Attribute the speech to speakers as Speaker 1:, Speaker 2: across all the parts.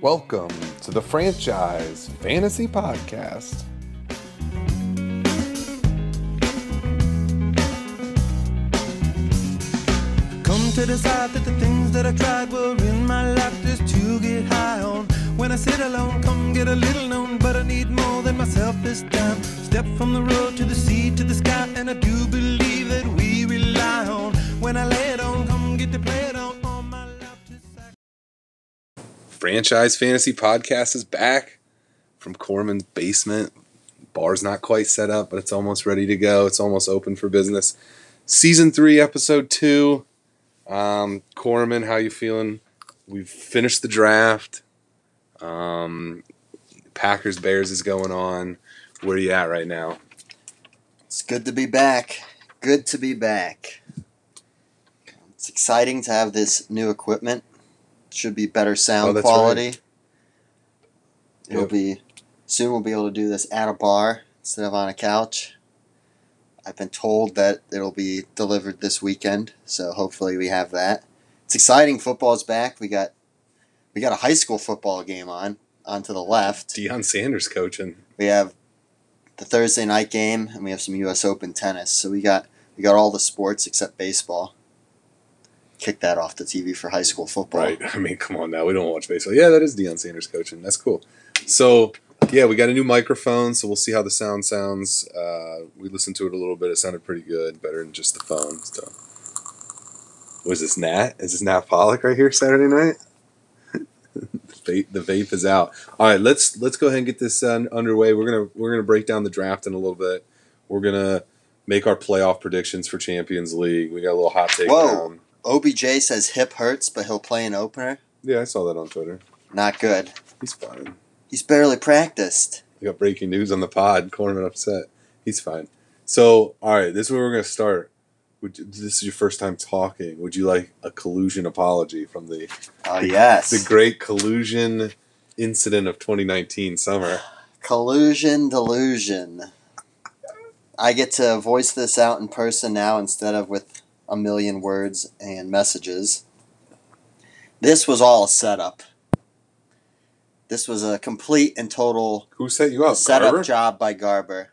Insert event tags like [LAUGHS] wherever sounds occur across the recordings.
Speaker 1: Welcome to the Franchise Fantasy Podcast.
Speaker 2: Come to decide that the things that I tried were in my life just to get high on. When I sit alone, come get a little known, but I need more than myself this time. Step from the road to the sea to the sky, and I do believe that we rely on. When I lay it on, come get to play it on. all my life to sac-
Speaker 1: Franchise Fantasy Podcast is back from Corman's basement. Bar's not quite set up, but it's almost ready to go. It's almost open for business. Season three, episode two. Um, Corman, how you feeling? We've finished the draft. Um, Packers Bears is going on. Where you at right now?
Speaker 3: It's good to be back. Good to be back. It's exciting to have this new equipment. Should be better
Speaker 1: Oh,
Speaker 3: sound
Speaker 1: that's
Speaker 3: quality. It'll
Speaker 1: Yep.
Speaker 3: be soon. We'll be able to do this at a bar instead of on a couch. I've been told that it'll be delivered this weekend, so hopefully we have that. It's exciting. Football's back. We got we got a high school football game on on to the left.
Speaker 1: Deion Sanders coaching.
Speaker 3: We have the Thursday night game, and we have some U.S. Open tennis. So we got we got all the sports except baseball. Kick that off the TV for high school football.
Speaker 1: Right. [LAUGHS] I mean, come on now. We don't watch baseball. Yeah, that is Deion Sanders coaching. That's cool. So, yeah, we got a new microphone, so we'll see how the sound sounds. Uh, we listened to it a little bit. It sounded pretty good, better than just the phone. So, was this Nat? Is this Nat Pollock right here Saturday night? [LAUGHS] the, vape, the vape is out. All right, let's let's go ahead and get this uh, underway. We're gonna we're gonna break down the draft in a little bit. We're gonna make our playoff predictions for Champions League. We got a little hot take.
Speaker 3: Whoa.
Speaker 1: down.
Speaker 3: OBJ says hip hurts, but he'll play an opener.
Speaker 1: Yeah, I saw that on Twitter.
Speaker 3: Not good.
Speaker 1: He's fine.
Speaker 3: He's barely practiced.
Speaker 1: We got breaking news on the pod. Corman upset. He's fine. So, all right, this is where we're going to start. Would you, this is your first time talking. Would you like a collusion apology from the
Speaker 3: Oh yes,
Speaker 1: the great collusion incident of 2019 summer?
Speaker 3: collusion delusion. I get to voice this out in person now instead of with a million words and messages. This was all a setup. This was a complete and total
Speaker 1: Who set you up?
Speaker 3: setup
Speaker 1: Garber?
Speaker 3: job by Garber.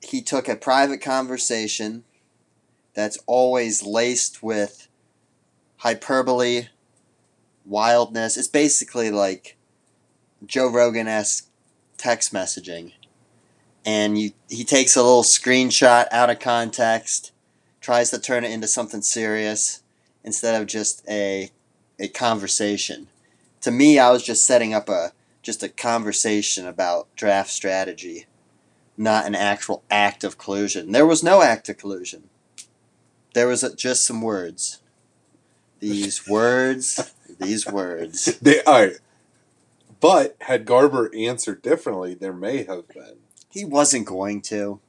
Speaker 3: He took a private conversation that's always laced with hyperbole, wildness. It's basically like Joe Rogan esque text messaging. And you, he takes a little screenshot out of context, tries to turn it into something serious instead of just a, a conversation. To me, I was just setting up a, just a conversation about draft strategy, not an actual act of collusion. There was no act of collusion. There was uh, just some words.
Speaker 1: [LAUGHS]
Speaker 3: These words, these words.
Speaker 1: They, all right. But had Garber answered differently, there may have been.
Speaker 3: He wasn't going to.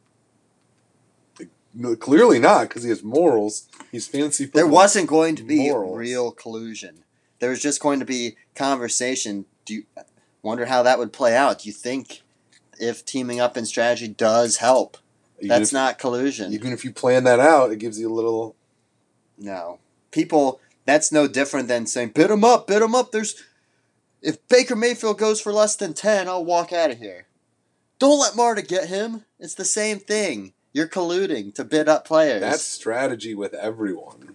Speaker 1: No, Clearly not, because he has morals. He's fancy.
Speaker 3: There
Speaker 1: football.
Speaker 3: wasn't going to be
Speaker 1: Morals.
Speaker 3: real collusion. There was just going to be conversation. Do you wonder how that would play out? Do you think if teaming up in strategy does help?
Speaker 1: Even
Speaker 3: That's
Speaker 1: if-
Speaker 3: not collusion.
Speaker 1: Even if you plan that out, it gives you a little
Speaker 3: No. People, that's no different than saying, bid him up, bid him up. There's, if Baker Mayfield goes for less than 10, I'll walk out of here. Don't let Marta get him. It's the same thing. You're colluding to bid up players.
Speaker 1: That's strategy with everyone.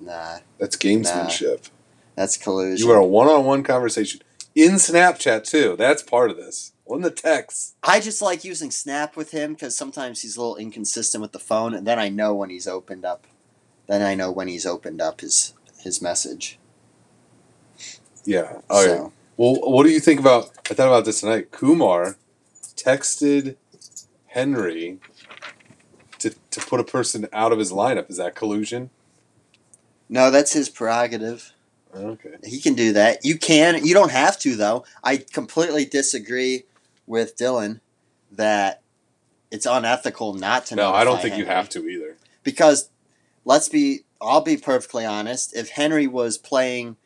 Speaker 3: nah,
Speaker 1: That's gamesmanship.
Speaker 3: that's collusion.
Speaker 1: You are a one-on-one conversation in Snapchat too. That's part of this. On the text,
Speaker 3: I just like using Snap with him because sometimes he's a little inconsistent with the phone, and then I know when he's opened up. Then I know when he's opened up his his message.
Speaker 1: Oh, yeah. All right.
Speaker 3: so.
Speaker 1: Well, what do you think about? I thought about this tonight. Kumar texted Henry to to put a person out of his lineup. Is that collusion?
Speaker 3: No, that's his prerogative.
Speaker 1: Okay.
Speaker 3: He can do that. You can. You don't have to though. I completely disagree with Dylan that it's unethical not to.
Speaker 1: No, I don't
Speaker 3: notify
Speaker 1: think you
Speaker 3: Henry.
Speaker 1: have to either.
Speaker 3: because let's be. I'll be perfectly honest. If Henry was playing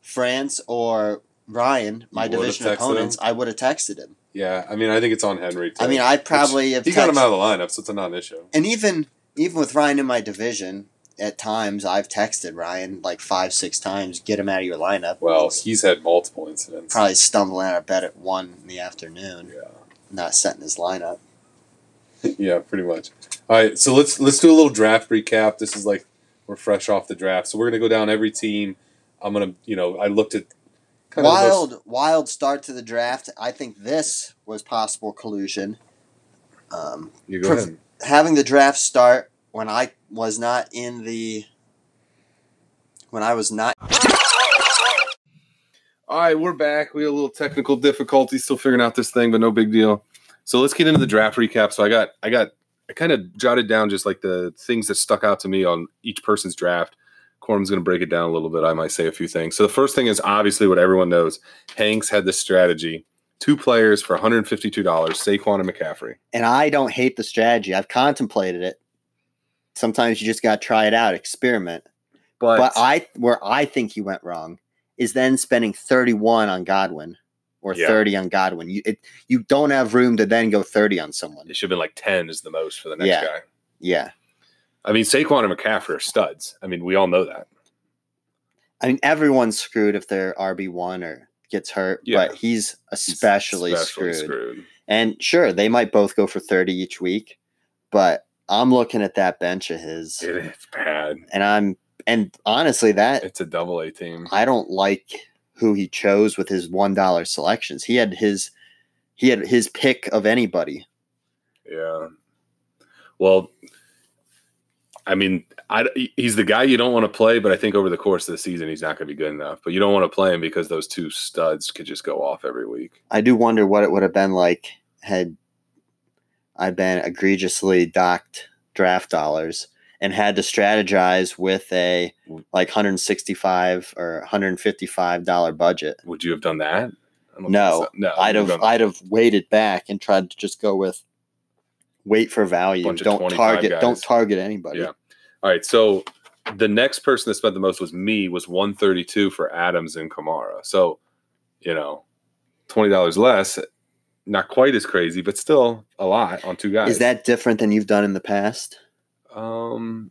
Speaker 3: France or Ryan, my
Speaker 1: You would've
Speaker 3: division
Speaker 1: texted
Speaker 3: opponents, I would have texted him.
Speaker 1: Yeah, I mean, I think it's on Henry. Too.
Speaker 3: I mean, I
Speaker 1: Which-
Speaker 3: probably have.
Speaker 1: he got him
Speaker 3: text-
Speaker 1: out of the lineup, so it's a non-issue.
Speaker 3: and even even with Ryan in my division, at times I've texted Ryan like five, six times, get him out of your lineup.
Speaker 1: Well, he's had multiple incidents.
Speaker 3: probably stumbling out of bed at one in the afternoon,
Speaker 1: Yeah.
Speaker 3: not setting his lineup.
Speaker 1: yeah, pretty much. All right, so let's let's do a little draft recap. This is like we're fresh off the draft, so we're gonna go down every team. I'm gonna, you know, I looked at kind of the most-
Speaker 3: wild, wild start to the draft. I think this was possible collusion. Um,
Speaker 1: you go
Speaker 3: Pref-
Speaker 1: ahead.
Speaker 3: having the draft start when I was not in the when I was not
Speaker 1: All right, we're back. We had a little technical difficulty, still figuring out this thing, but no big deal. So let's get into the draft recap. So I got, I got, I kind of jotted down just like the things that stuck out to me on each person's draft. Corm's going to break it down a little bit. I might say a few things. So the first thing is obviously what everyone knows. Hanks had this strategy: two players for one hundred fifty-two dollars, Saquon and McCaffrey.
Speaker 3: and I don't hate the strategy. I've contemplated it. Sometimes you just got to try it out, experiment.
Speaker 1: But,
Speaker 3: But I where I think he went wrong is then spending 31 on Godwin or
Speaker 1: Yeah.
Speaker 3: 30 on Godwin. You it, you don't have room to then go 30 on someone.
Speaker 1: it should have been like ten is the most for the next
Speaker 3: Yeah.
Speaker 1: guy.
Speaker 3: Yeah.
Speaker 1: I mean, Saquon and McCaffrey are studs. I mean, we all know that.
Speaker 3: I mean everyone's screwed if they're RB1 or gets hurt,
Speaker 1: Yeah.
Speaker 3: but he's especially,
Speaker 1: Especially
Speaker 3: screwed. And sure, they might both go for 30 each week, but I'm looking at that bench of his
Speaker 1: It is bad.
Speaker 3: and I'm and honestly that
Speaker 1: It's a double A team.
Speaker 3: I don't like who he chose with his one dollar selections. He had his he had his pick of anybody.
Speaker 1: Yeah. Well, I mean, I, he's the guy you don't want to play, but I think over the course of the season, he's not going to be good enough. But you don't want to play him because those two studs could just go off every week.
Speaker 3: I do wonder what it would have been like had I been egregiously docked draft dollars and had to strategize with a like 165 or 155 dollar budget.
Speaker 1: Would you have done that? I don't
Speaker 3: No,
Speaker 1: think so. no.
Speaker 3: I'd
Speaker 1: you've
Speaker 3: have
Speaker 1: done
Speaker 3: I'd have waited back and tried to just go with wait for value.
Speaker 1: Bunch of
Speaker 3: Don't
Speaker 1: 25
Speaker 3: target don't
Speaker 1: guys.
Speaker 3: target anybody.
Speaker 1: Yeah. All right. So the next person that spent the most was me, was 132 for Adams and Kamara. So, you know, $20 less, not quite as crazy, but still a lot on two guys.
Speaker 3: Is that different than you've done in the past?
Speaker 1: Um,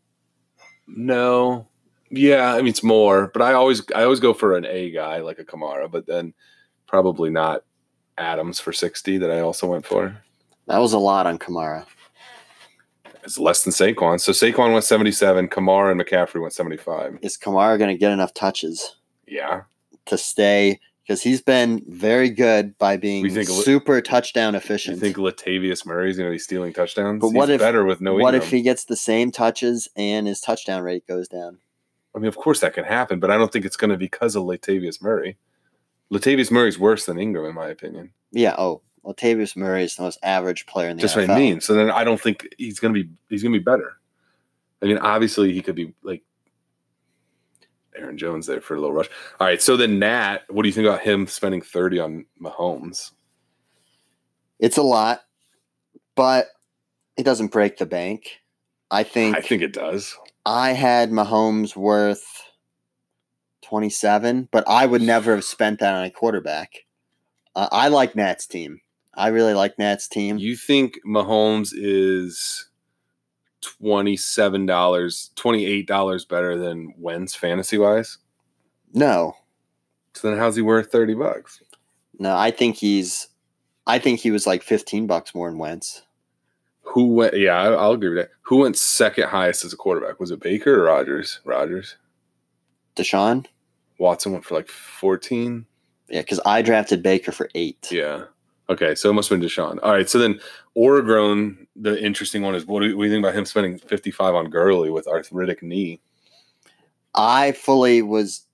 Speaker 1: no. Yeah, I mean it's more, but I always I always go for an A guy like a Kamara, but then probably not Adams for sixty that I also went for.
Speaker 3: That was a lot on Kamara.
Speaker 1: It's less than Saquon, so Saquon went seventy seven, Kamara and McCaffrey went seventy five.
Speaker 3: Is Kamara going to get enough touches
Speaker 1: Yeah,
Speaker 3: to stay? Because he's been very good by being
Speaker 1: We think li-
Speaker 3: super touchdown
Speaker 1: you
Speaker 3: efficient.
Speaker 1: think Latavius Murray's going to be stealing touchdowns?
Speaker 3: But what
Speaker 1: He's
Speaker 3: if-
Speaker 1: better with no?
Speaker 3: what if he gets the same touches and his touchdown rate goes down?
Speaker 1: I mean, of course that can happen, but I don't think it's going to be because of Latavius Murray. Latavius Murray's worse than Ingram, in my opinion.
Speaker 3: Yeah. Oh, Latavius Murray is the most average player in the
Speaker 1: That's
Speaker 3: NFL.
Speaker 1: what I mean. So then I don't think he's gonna be he's gonna be better. I mean, obviously he could be like Aaron Jones there for a little rush. All right, so then Nat, what do you think about him spending thirty on Mahomes?
Speaker 3: It's a lot, but it doesn't break the bank. I think
Speaker 1: I think it does.
Speaker 3: I had Mahomes worth 27, but I would never have spent that on a quarterback. Uh, I like Nat's team. I really like Nat's team.
Speaker 1: You think Mahomes is twenty seven dollars, twenty eight dollars better than Wentz fantasy wise?
Speaker 3: no,
Speaker 1: So then how's he worth thirty bucks?
Speaker 3: no, I think he's, I think he was like 15 bucks more than Wentz.
Speaker 1: Who went? Yeah, I- I'll agree with that. Who went second highest as a quarterback? Was it Baker or Rogers? Rogers.
Speaker 3: Deshaun?
Speaker 1: Watson went for like 14.
Speaker 3: Yeah, because I drafted Baker for eight.
Speaker 1: Yeah. Okay. So it must have been Deshaun. All right. So then Oregon, the interesting one is what do, what do you think about him spending 55 on Gurley with arthritic knee?
Speaker 3: I fully was,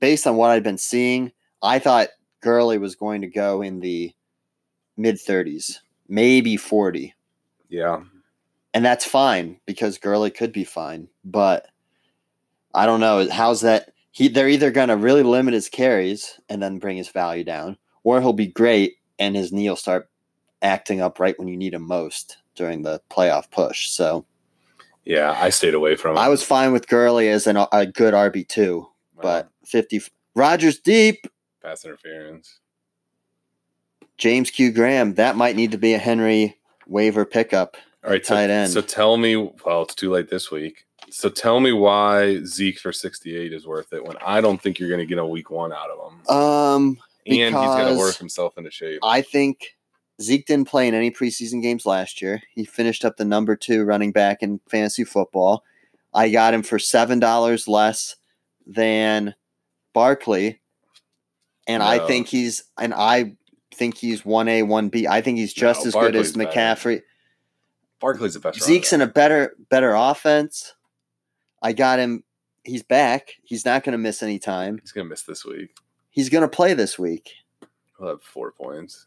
Speaker 3: based on what I'd been seeing, I thought Gurley was going to go in the mid 30s, maybe 40.
Speaker 1: Yeah.
Speaker 3: and that's fine because Gurley could be fine, but I don't know how's that. He they're either gonna really limit his carries and then bring his value down, or he'll be great and his knee will start acting up right when you need him most during the playoff push. So
Speaker 1: Yeah. I stayed away from it.
Speaker 3: I was fine with Gurley as an, a good RB two,
Speaker 1: Wow.
Speaker 3: but fifty Rogers deep,
Speaker 1: pass interference.
Speaker 3: James Q Graham that might need to be a Henry waiver pickup.
Speaker 1: All right.
Speaker 3: Tight
Speaker 1: so,
Speaker 3: end.
Speaker 1: So tell me, well, it's too late this week. So tell me why Zeke for 68 is worth it when I don't think you're going to get a week one out of him.
Speaker 3: Um,
Speaker 1: and he's going
Speaker 3: because-
Speaker 1: to work himself into shape.
Speaker 3: I think Zeke didn't play in any preseason games last year. He finished up the number two running back in fantasy football. I got him for seven dollars less than Barkley, and I
Speaker 1: No.
Speaker 3: think he's and I think he's one A one B. I think he's just
Speaker 1: No,
Speaker 3: as good as
Speaker 1: Barkley's better.
Speaker 3: McCaffrey.
Speaker 1: Barkley's the best. running
Speaker 3: Zeke's in
Speaker 1: back.
Speaker 3: a better better offense. I got him. He's back. He's not going to miss any time.
Speaker 1: He's going to miss this week.
Speaker 3: He's going to play this week.
Speaker 1: He'll have four points.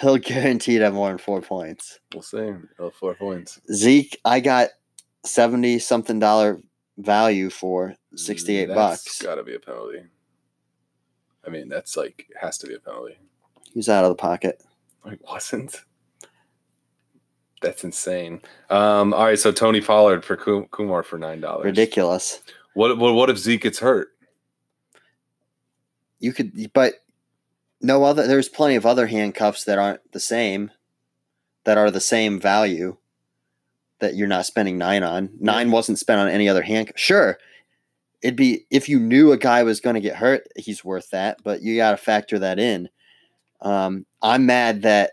Speaker 3: He'll [LAUGHS] guaranteed have more than four points.
Speaker 1: We'll see. He'll have four points.
Speaker 3: Zeke, I got seventy something dollar value for sixty eight bucks.
Speaker 1: Got to be a penalty. I mean, that's like has to be a penalty.
Speaker 3: He's out of the pocket.
Speaker 1: It wasn't. That's insane. Um, all right, so Tony Pollard for Ku- Kumar for nine dollars.
Speaker 3: Ridiculous.
Speaker 1: What, what what if Zeke gets hurt?
Speaker 3: You could, but no other. There's plenty of other handcuffs that aren't the same, that are the same value. That you're not spending nine on. Nine wasn't spent on any other handcuff. Sure, it'd be if you knew a guy was going to get hurt, he's worth that. But you got to factor that in. Um, I'm mad that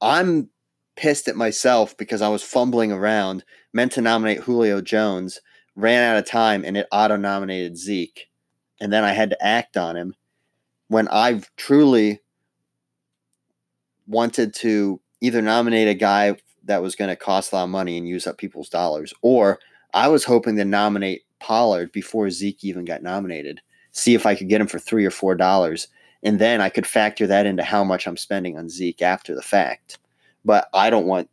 Speaker 3: I'm pissed at myself because I was fumbling around, meant to nominate Julio Jones, ran out of time, and it auto nominated Zeke. And then I had to act on him when I truly wanted to either nominate a guy that was going to cost a lot of money and use up people's dollars, or I was hoping to nominate Pollard before Zeke even got nominated, see if I could get him for three or four dollars. And then I could factor that into how much I'm spending on Zeke after the fact but I don't want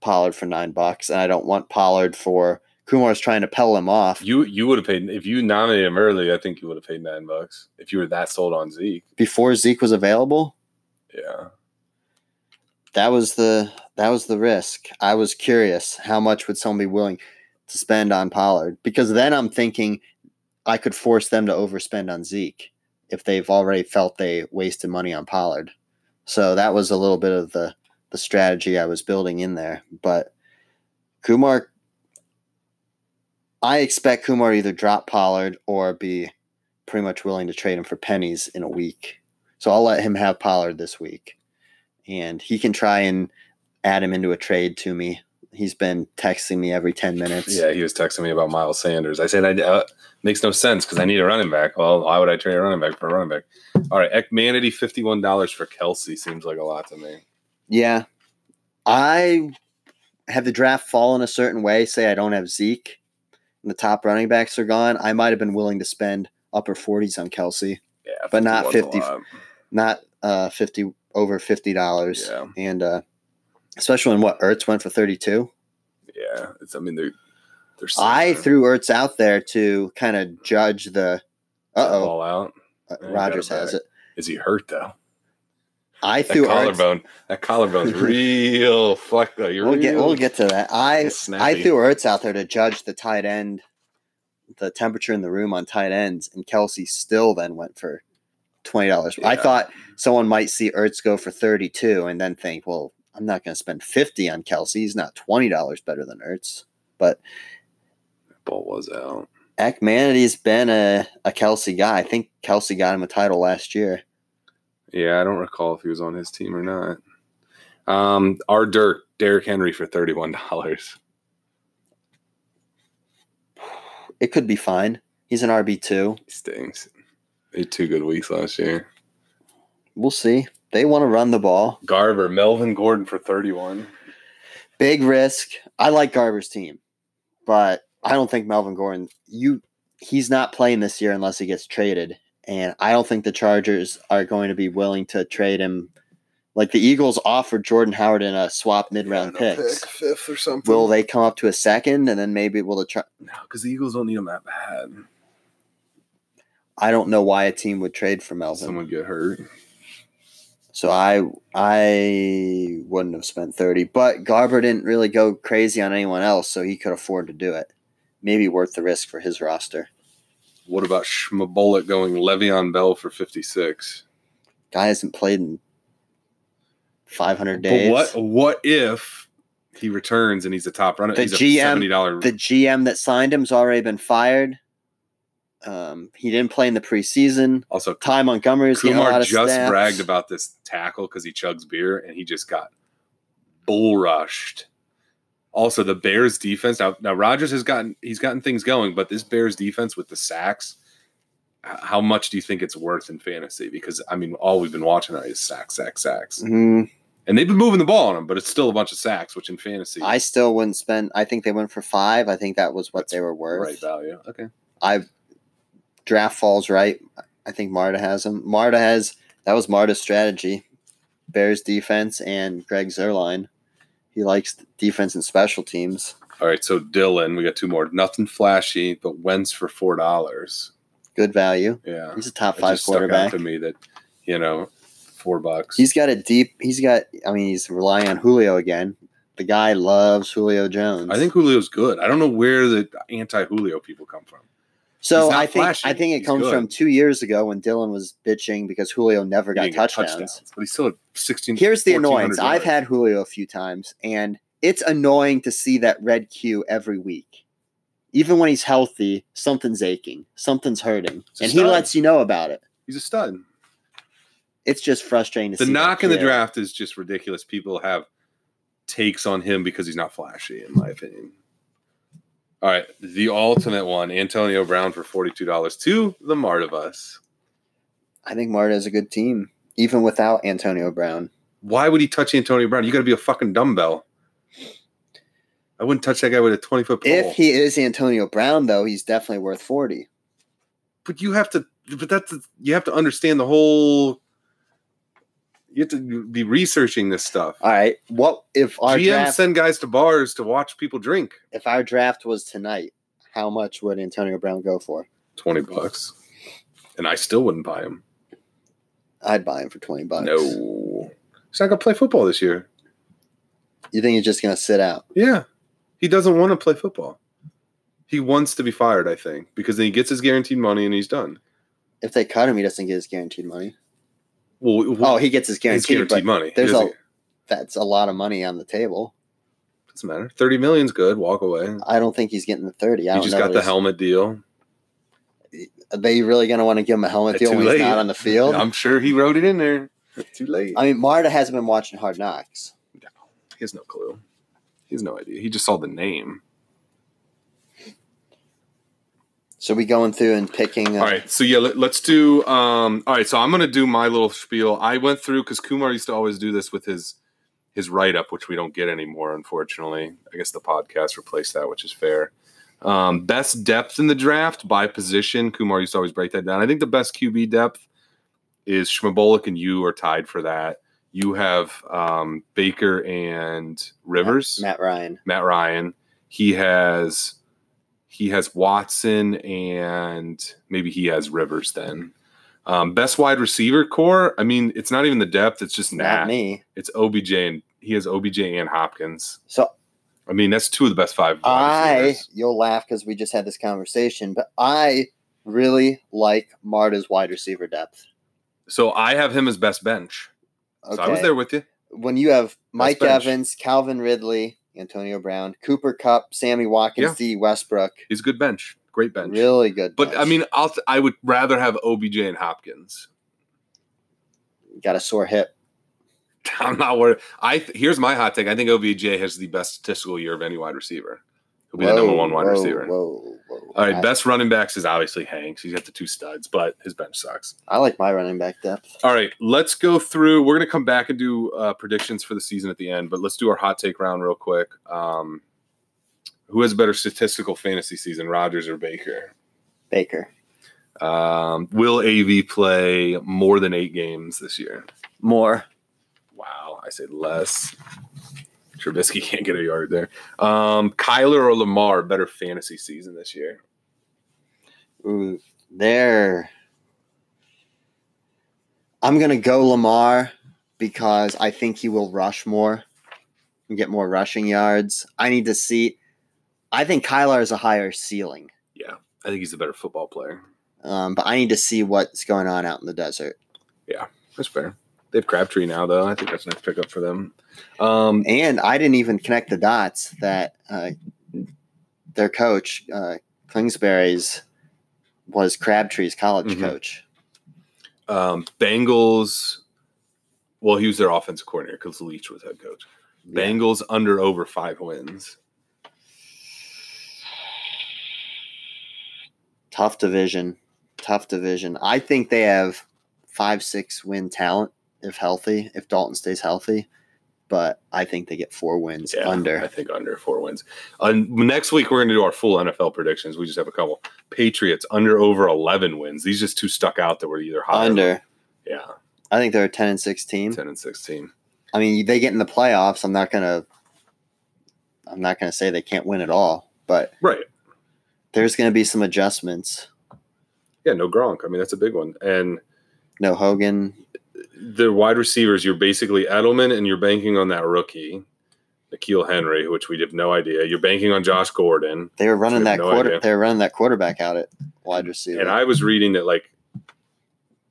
Speaker 3: Pollard for nine bucks, and I don't want Pollard for Kumar's trying to pell him off
Speaker 1: You you would have paid if you nominated him early. I think you would have paid nine bucks if you were that sold on Zeke.
Speaker 3: before Zeke was available.
Speaker 1: Yeah,
Speaker 3: That was the that was the risk. I was curious how much would someone be willing to spend on Pollard because then I'm thinking I could force them to overspend on Zeke if they've already felt they wasted money on Pollard. So that was a little bit of the the strategy I was building in there, but Kumar I expect Kumar to either drop Pollard or be pretty much willing to trade him for pennies in a week. So I'll let him have Pollard this week. And he can try and add him into a trade to me. He's been texting me every 10 minutes.
Speaker 1: yeah. He was texting me about Miles Sanders. I said, "I uh, makes no sense because I need a running back." Well, why would I trade a running back for a running back? All right, Ekmanity fifty one dollars for Kelsey seems like a lot to me.
Speaker 3: Yeah. I have the draft fallen a certain way, say I don't have Zeke and the top running backs are gone. I might have been willing to spend upper 40s on Kelsey,
Speaker 1: Yeah,
Speaker 3: But not
Speaker 1: 51's a
Speaker 3: 50.
Speaker 1: lot.
Speaker 3: not uh 50 over $50.
Speaker 1: Yeah.
Speaker 3: And uh especially when what Ertz went for 32.
Speaker 1: Yeah, it's. I mean, they're. they're
Speaker 3: I
Speaker 1: similar.
Speaker 3: threw Ertz out there to kind of judge the uh-oh,
Speaker 1: All out.
Speaker 3: uh
Speaker 1: got
Speaker 3: oh,
Speaker 1: it
Speaker 3: Rogers has
Speaker 1: back.
Speaker 3: it.
Speaker 1: Is he hurt though?
Speaker 3: I
Speaker 1: That
Speaker 3: threw Ertz
Speaker 1: collarbone. That collarbone's
Speaker 3: [LAUGHS]
Speaker 1: real fuck though. You're
Speaker 3: We'll get
Speaker 1: real-
Speaker 3: we'll get to that. I
Speaker 1: It's
Speaker 3: I
Speaker 1: snappy.
Speaker 3: threw Ertz out there to judge the tight end, the temperature in the room on tight ends, and Kelsey still then went for twenty dollars. I
Speaker 1: Yeah.
Speaker 3: thought someone might see Ertz go for thirty two and then think, well, I'm not going to spend fifty on Kelsey. He's not twenty dollars better than Ertz.
Speaker 1: Ball was out.
Speaker 3: Ekmanity's been a, a Kelsey guy. I think Kelsey got him a title last year.
Speaker 1: Yeah, I don't recall if he was on his team or not. Um, our Dirk Derrick Henry for thirty one dollars.
Speaker 3: It could be fine. He's an RB two.
Speaker 1: Stings. They had two good weeks last year.
Speaker 3: We'll see. They want to run the ball.
Speaker 1: Garver Melvin Gordon for thirty one.
Speaker 3: big risk. I like Garber's team, but I don't think Melvin Gordon you he's not playing this year unless he gets traded. And I don't think the Chargers are going to be willing to trade him. Like the Eagles offered Jordan Howard in a swap mid round picks.
Speaker 1: fifth or something.
Speaker 3: Will they come up to a second and then maybe will the Char-
Speaker 1: No, because the Eagles don't need him that bad.
Speaker 3: I don't know why a team would trade for Melvin.
Speaker 1: Someone get hurt.
Speaker 3: So I I wouldn't have spent 30, but Garber didn't really go crazy on anyone else, so he could afford to do it. Maybe worth the risk for his roster.
Speaker 1: What about Schmabolet going Le'Veon Bell for fifty six?
Speaker 3: guy hasn't played in 500
Speaker 1: But
Speaker 3: days.
Speaker 1: what what if he returns and he's a top runner.
Speaker 3: The
Speaker 1: he's
Speaker 3: GM
Speaker 1: a seventy dollar.
Speaker 3: The GM that signed him's already been fired. Um, he didn't play in the preseason.
Speaker 1: Also,
Speaker 3: Ty Montgomery's getting a lot
Speaker 1: Kumar
Speaker 3: of
Speaker 1: just
Speaker 3: snaps.
Speaker 1: bragged about this tackle because he chugs beer and he just got bull rushed. Also, the Bears defense now now Rogers has gotten he's gotten things going, but this Bears defense with the sacks, h- how much do you think it's worth in fantasy? Because I mean, all we've been watching is sacks, sacks, sacks,
Speaker 3: Mhm.
Speaker 1: and they've been moving the ball on them, but it's still a bunch of sacks, which in fantasy,
Speaker 3: I still wouldn't spend. I think they went for five. I think that was what
Speaker 1: That's
Speaker 3: they were worth.
Speaker 1: right value. Okay,
Speaker 3: I draft falls right. I think Marta has him. Marta has that was Marta's strategy. Bears defense and Greg Zerline. He likes defense and special teams.
Speaker 1: all right. So Dylan, we got two more. Nothing flashy, but Wentz for four dollars.
Speaker 3: Good value.
Speaker 1: Yeah,
Speaker 3: He's a top
Speaker 1: It
Speaker 3: five
Speaker 1: just stuck out
Speaker 3: quarterback.
Speaker 1: to me that you know four bucks.
Speaker 3: He's got a deep. He's got. I mean, he's relying on Julio again. The guy loves Julio Jones.
Speaker 1: I think Julio's good. I don't know where the anti Julio people come from.
Speaker 3: so.
Speaker 1: he's not
Speaker 3: I think.
Speaker 1: flashy.
Speaker 3: I think it
Speaker 1: He's
Speaker 3: comes
Speaker 1: good.
Speaker 3: from two years ago when Dylan was bitching because Julio never
Speaker 1: He
Speaker 3: got
Speaker 1: didn't get
Speaker 3: touchdowns.
Speaker 1: but he's still at sixteen.
Speaker 3: Here's the
Speaker 1: 1400
Speaker 3: annoyance. I've
Speaker 1: yards.
Speaker 3: had Julio a few times, and it's annoying to see that red Q every week. Even when he's healthy, something's aching, something's hurting,
Speaker 1: It's a
Speaker 3: and he
Speaker 1: stud.
Speaker 3: lets you know about it.
Speaker 1: He's a stud.
Speaker 3: It's just frustrating to
Speaker 1: The
Speaker 3: see. that
Speaker 1: knock in the
Speaker 3: Q.
Speaker 1: draft is just ridiculous. People have takes on him because he's not flashy, in my opinion. All right, the ultimate one, Antonio Brown for forty-two dollars to the Mart of Us.
Speaker 3: I think Marta is a good team, even without Antonio Brown.
Speaker 1: Why would he touch Antonio Brown? You got to be a fucking dumbbell. I wouldn't touch that guy with a twenty-foot pole.
Speaker 3: If he is Antonio Brown, though, he's definitely worth forty.
Speaker 1: but you have to but that's you have to understand the whole you have to be researching this stuff
Speaker 3: All right. What if our
Speaker 1: gms
Speaker 3: draft,
Speaker 1: send guys to bars to watch people drink
Speaker 3: if our draft was tonight? How much would Antonio Brown go for?
Speaker 1: 20 bucks and i still wouldn't buy him
Speaker 3: I'd buy him for twenty bucks.
Speaker 1: no he's not gonna play football this year
Speaker 3: You think he's just gonna sit out?
Speaker 1: yeah he doesn't want to play football he wants to be fired i think because then he gets his guaranteed money and he's done
Speaker 3: If they cut him, he doesn't get his guaranteed money.
Speaker 1: well
Speaker 3: Oh, he gets his
Speaker 1: it's
Speaker 3: guaranteed,
Speaker 1: guaranteed
Speaker 3: but
Speaker 1: money He
Speaker 3: there's
Speaker 1: doesn't-
Speaker 3: a- that's a lot of money on the table.
Speaker 1: doesn't matter 30 million's good walk away
Speaker 3: I don't think he's getting the thirty. I
Speaker 1: he
Speaker 3: don't
Speaker 1: just
Speaker 3: know
Speaker 1: got
Speaker 3: that
Speaker 1: the
Speaker 3: he's-
Speaker 1: helmet deal
Speaker 3: Are they really going to want to give him a helmet deal
Speaker 1: Too
Speaker 3: when
Speaker 1: late.
Speaker 3: he's not on the field?
Speaker 1: i'm sure he wrote it in there too late
Speaker 3: I mean, Marta hasn't been watching Hard Knocks.
Speaker 1: He has no clue. He has no idea. He just saw the name.
Speaker 3: So we going through and picking. Uh,
Speaker 1: All right. So yeah, let, us do. Um, all right. So I'm gonna do my little spiel. I went through because Kumar used to always do this with his his write up, which we don't get anymore, unfortunately. I guess the podcast replaced that, which is fair. Um, best depth in the draft by position. Kumar used to always break that down. I think the best QB depth is Schmabolik and you are tied for that. You have um, Baker and Rivers.
Speaker 3: Matt Ryan.
Speaker 1: Matt Ryan. He has he has Watson and maybe he has Rivers then. Um, best wide receiver core. I mean, it's not even the depth. It's just
Speaker 3: Not
Speaker 1: Nat.
Speaker 3: me.
Speaker 1: It's OBJ and he has OBJ and Hopkins.
Speaker 3: So
Speaker 1: I mean, that's two of the best five. wide
Speaker 3: I,
Speaker 1: receivers.
Speaker 3: you'll laugh because we just had this conversation, but I really like Marta's wide receiver depth.
Speaker 1: so I have him as best bench.
Speaker 3: Okay.
Speaker 1: So I was there with you.
Speaker 3: when you have Mike
Speaker 1: bench.
Speaker 3: Evans, Calvin Ridley, Antonio Brown, Cooper Cup, Sammy Watkins,
Speaker 1: Yeah.
Speaker 3: D. Westbrook,
Speaker 1: He's a good bench, great bench.
Speaker 3: really good.
Speaker 1: But I
Speaker 3: bench.
Speaker 1: mean, I'll I would rather have OBJ and Hopkins.
Speaker 3: got a sore hip.
Speaker 1: [LAUGHS] I'm not worried. I th- here's my hot take. I think OBJ has the best statistical year of any wide receiver. He'll be the number
Speaker 3: Whoa,
Speaker 1: one wide
Speaker 3: whoa,
Speaker 1: receiver.
Speaker 3: Whoa, whoa.
Speaker 1: All right,
Speaker 3: I,
Speaker 1: best running backs is obviously Hanks. He's got the two studs, but his bench sucks.
Speaker 3: I like my running back depth.
Speaker 1: All right, let's go through. We're gonna come back and do uh, predictions for the season at the end, but let's do our hot take round real quick. Um, who has a better statistical fantasy season, Rogers or Baker?
Speaker 3: Baker,
Speaker 1: Um, will AV play more than eight games this year?
Speaker 3: more.
Speaker 1: Wow, I said less. Trubisky [LAUGHS] can't get a yard there. Um, Kyler or Lamar better fantasy season this year?
Speaker 3: Ooh, there. I'm gonna go Lamar because I think he will rush more and get more rushing yards. I need to see. I think Kyler is a higher ceiling.
Speaker 1: Yeah, I think he's a better football player.
Speaker 3: um, but I need to see what's going on out in the desert.
Speaker 1: That's fair. They have Crabtree now, though. I think that's a nice pickup for them. Um,
Speaker 3: And I didn't even connect the dots that uh, their coach, uh, Kingsbury's, was Crabtree's college
Speaker 1: Mhm.
Speaker 3: coach.
Speaker 1: um, Bengals. Well, he was their offensive coordinator because Leach was head coach. Bengals under over five wins.
Speaker 3: Tough division. Tough division. I think they have five, six win talent if healthy, if Dalton stays healthy. But I think they get four wins
Speaker 1: Yeah, I
Speaker 3: under.
Speaker 1: think under four wins. Uh, next week we're going to do our full NFL predictions. We just have a couple. Patriots under over eleven wins. These just two stuck out that were either high. or-
Speaker 3: Under.
Speaker 1: Yeah,
Speaker 3: I think they're a 10 and 16.
Speaker 1: ten and sixteen.
Speaker 3: I mean, they get in the playoffs. I'm not gonna, I'm not gonna say they can't win at all, but
Speaker 1: Right.
Speaker 3: there's gonna be some adjustments.
Speaker 1: Yeah, no Gronk. I mean that's a big one. And
Speaker 3: No Hogan.
Speaker 1: their wide receivers, you're basically Edelman, and you're banking on that rookie, Nikhil Henry, which we have no idea. You're banking on Josh Gordon.
Speaker 3: They were running
Speaker 1: We
Speaker 3: that
Speaker 1: have no
Speaker 3: quarter.
Speaker 1: idea.
Speaker 3: They were running that quarterback out at wide receiver.
Speaker 1: And I was reading that like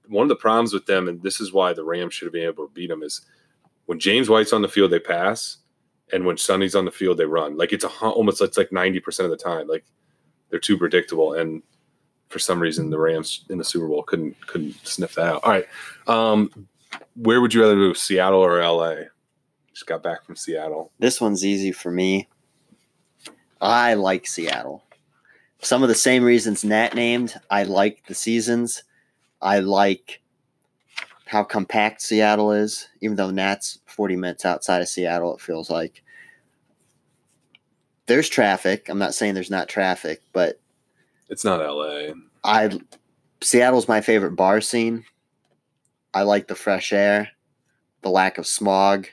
Speaker 1: one of the problems with them, and this is why the Rams should have been able to beat them, is when James White's on the field, they pass, and when Sonny's on the field, they run. Like it's a, hu- almost it's like ninety percent of the time, like they're too predictable. And for some reason, the Rams in the Super Bowl couldn't couldn't sniff that out. All right, um, where would you rather move, Seattle or L.A.? Just got back from Seattle.
Speaker 3: this one's easy for me. I like Seattle. Some of the same reasons Nat named. I like the seasons. I like how compact Seattle is, even though Nat's 40 minutes outside of Seattle, it feels like. There's traffic. I'm not saying there's not traffic, but
Speaker 1: It's not L.A.
Speaker 3: I Seattle's my favorite bar scene. I like the fresh air, the lack of smog.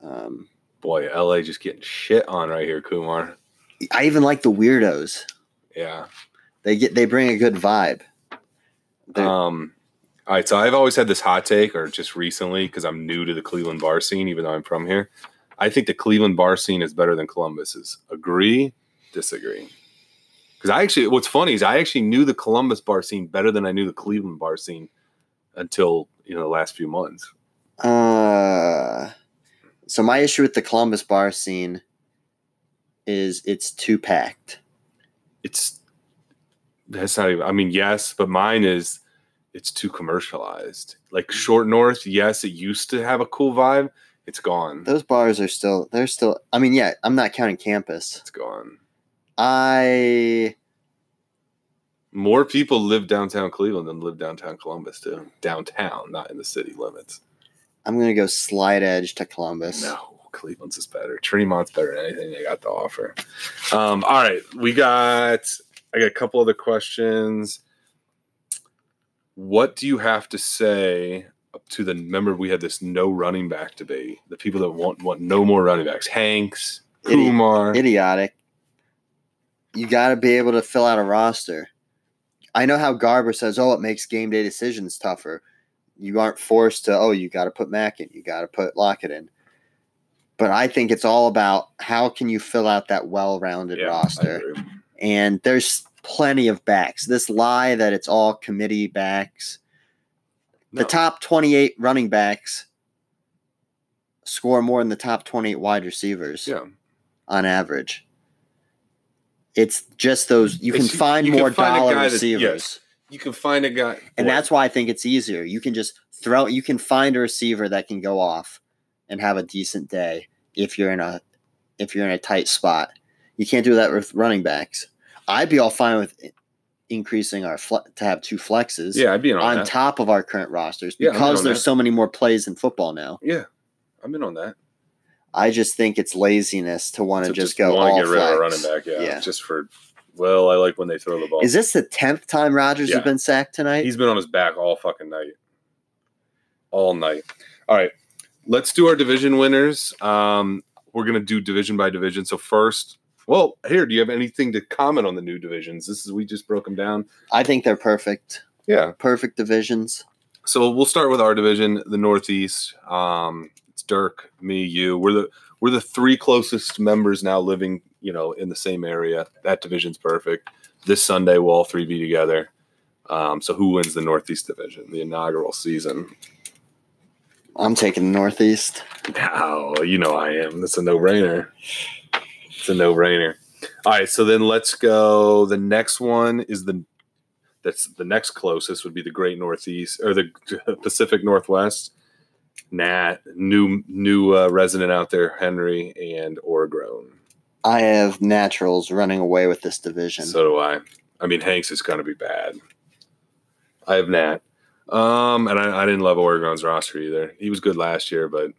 Speaker 3: Um,
Speaker 1: Boy, L.A. just getting shit on right here, Kumar.
Speaker 3: I even like the weirdos.
Speaker 1: Yeah.
Speaker 3: They get they bring a good vibe. They're-
Speaker 1: Um, all right, so I've always had this hot take, or just recently, because I'm new to the Cleveland bar scene, even though I'm from here. I think the Cleveland bar scene is better than Columbus's. Agree? Disagree? Because I actually, what's funny is I actually knew the Columbus bar scene better than I knew the Cleveland bar scene until you know the last few months.
Speaker 3: Uh, so my issue with the Columbus bar scene is it's too packed.
Speaker 1: It's that's not even. I mean, yes, but mine is it's too commercialized. Like Short North, yes, it used to have a cool vibe. It's gone.
Speaker 3: Those bars are still they're still. I mean, yeah, I'm not counting campus.
Speaker 1: It's gone.
Speaker 3: I
Speaker 1: more people live downtown Cleveland than live downtown Columbus too. Downtown, not in the city limits.
Speaker 3: I'm gonna go slide edge to Columbus.
Speaker 1: No, Cleveland's is better. Tremont's better than anything they got to offer. Um, all right, we got. I got a couple other questions. What do you have to say to the? Remember, we had this no running back debate. The people that want want no more running backs. Hanks,
Speaker 3: Idiot.
Speaker 1: Kumar.
Speaker 3: Idiotic. You got to be able to fill out a roster. I know how Garber says, "Oh, it makes game day decisions tougher." You aren't forced to, "Oh, you got to put Mack in, you got to put Lockett in." But I think it's all about how can you fill out that well-rounded
Speaker 1: Yeah, I
Speaker 3: roster
Speaker 1: agree.
Speaker 3: and there's plenty of backs. This lie that it's all committee backs.
Speaker 1: No.
Speaker 3: The top 28 running backs score more than the top 28 wide receivers
Speaker 1: Yeah.
Speaker 3: on average. It's just those you can
Speaker 1: It's-
Speaker 3: find
Speaker 1: you can
Speaker 3: more
Speaker 1: find a
Speaker 3: dollar
Speaker 1: guy that-
Speaker 3: receivers.
Speaker 1: yes. You can find a guy,
Speaker 3: And that's why I think it's easier. You can just throw you can find a receiver that can go off and have a decent day if you're in a if you're in a tight spot. You can't do that with running backs. I'd be all fine with i- increasing our fle- to have two flexes
Speaker 1: yeah. I'd be on,
Speaker 3: on
Speaker 1: that.
Speaker 3: top of our current rosters
Speaker 1: Yeah, I'm in
Speaker 3: because
Speaker 1: on
Speaker 3: there's
Speaker 1: that.
Speaker 3: so many more plays in football now.
Speaker 1: Yeah, I'm in on that.
Speaker 3: I just think it's laziness to want to just, go
Speaker 1: wanna
Speaker 3: all
Speaker 1: get rid of a
Speaker 3: flex.
Speaker 1: running back. Yeah,
Speaker 3: Yeah.
Speaker 1: just for well, I like when they throw the ball.
Speaker 3: Is this the tenth time Rogers
Speaker 1: Yeah.
Speaker 3: has been sacked tonight?
Speaker 1: He's been on his back all fucking night, all night. All right, let's do our division winners. Um, we're gonna do division by division. So first, well, here, do you have anything to comment on the new divisions? This is we just broke them down.
Speaker 3: I think they're perfect,
Speaker 1: Yeah.
Speaker 3: perfect divisions.
Speaker 1: So we'll start with our division, the Northeast. Um, it's Dirk, me, you. We're the we're the three closest members now living, you know, in the same area. That division's perfect. This Sunday we'll all three be together. Um, so who wins the Northeast division, the inaugural season?
Speaker 3: I'm taking the Northeast.
Speaker 1: Oh, you know I am. That's a no brainer. It's a no brainer. All right, so then let's go. The next one is the that's the next closest would be the Great Northeast or the [LAUGHS] Pacific Northwest. Nat, new new uh, resident out there, Henry and Orgrone.
Speaker 3: I have Naturals running away with this division.
Speaker 1: So do I. I mean, Hanks is going to be bad. I have Nat, um, and I, I didn't love Oregon's roster either. He was good last year, but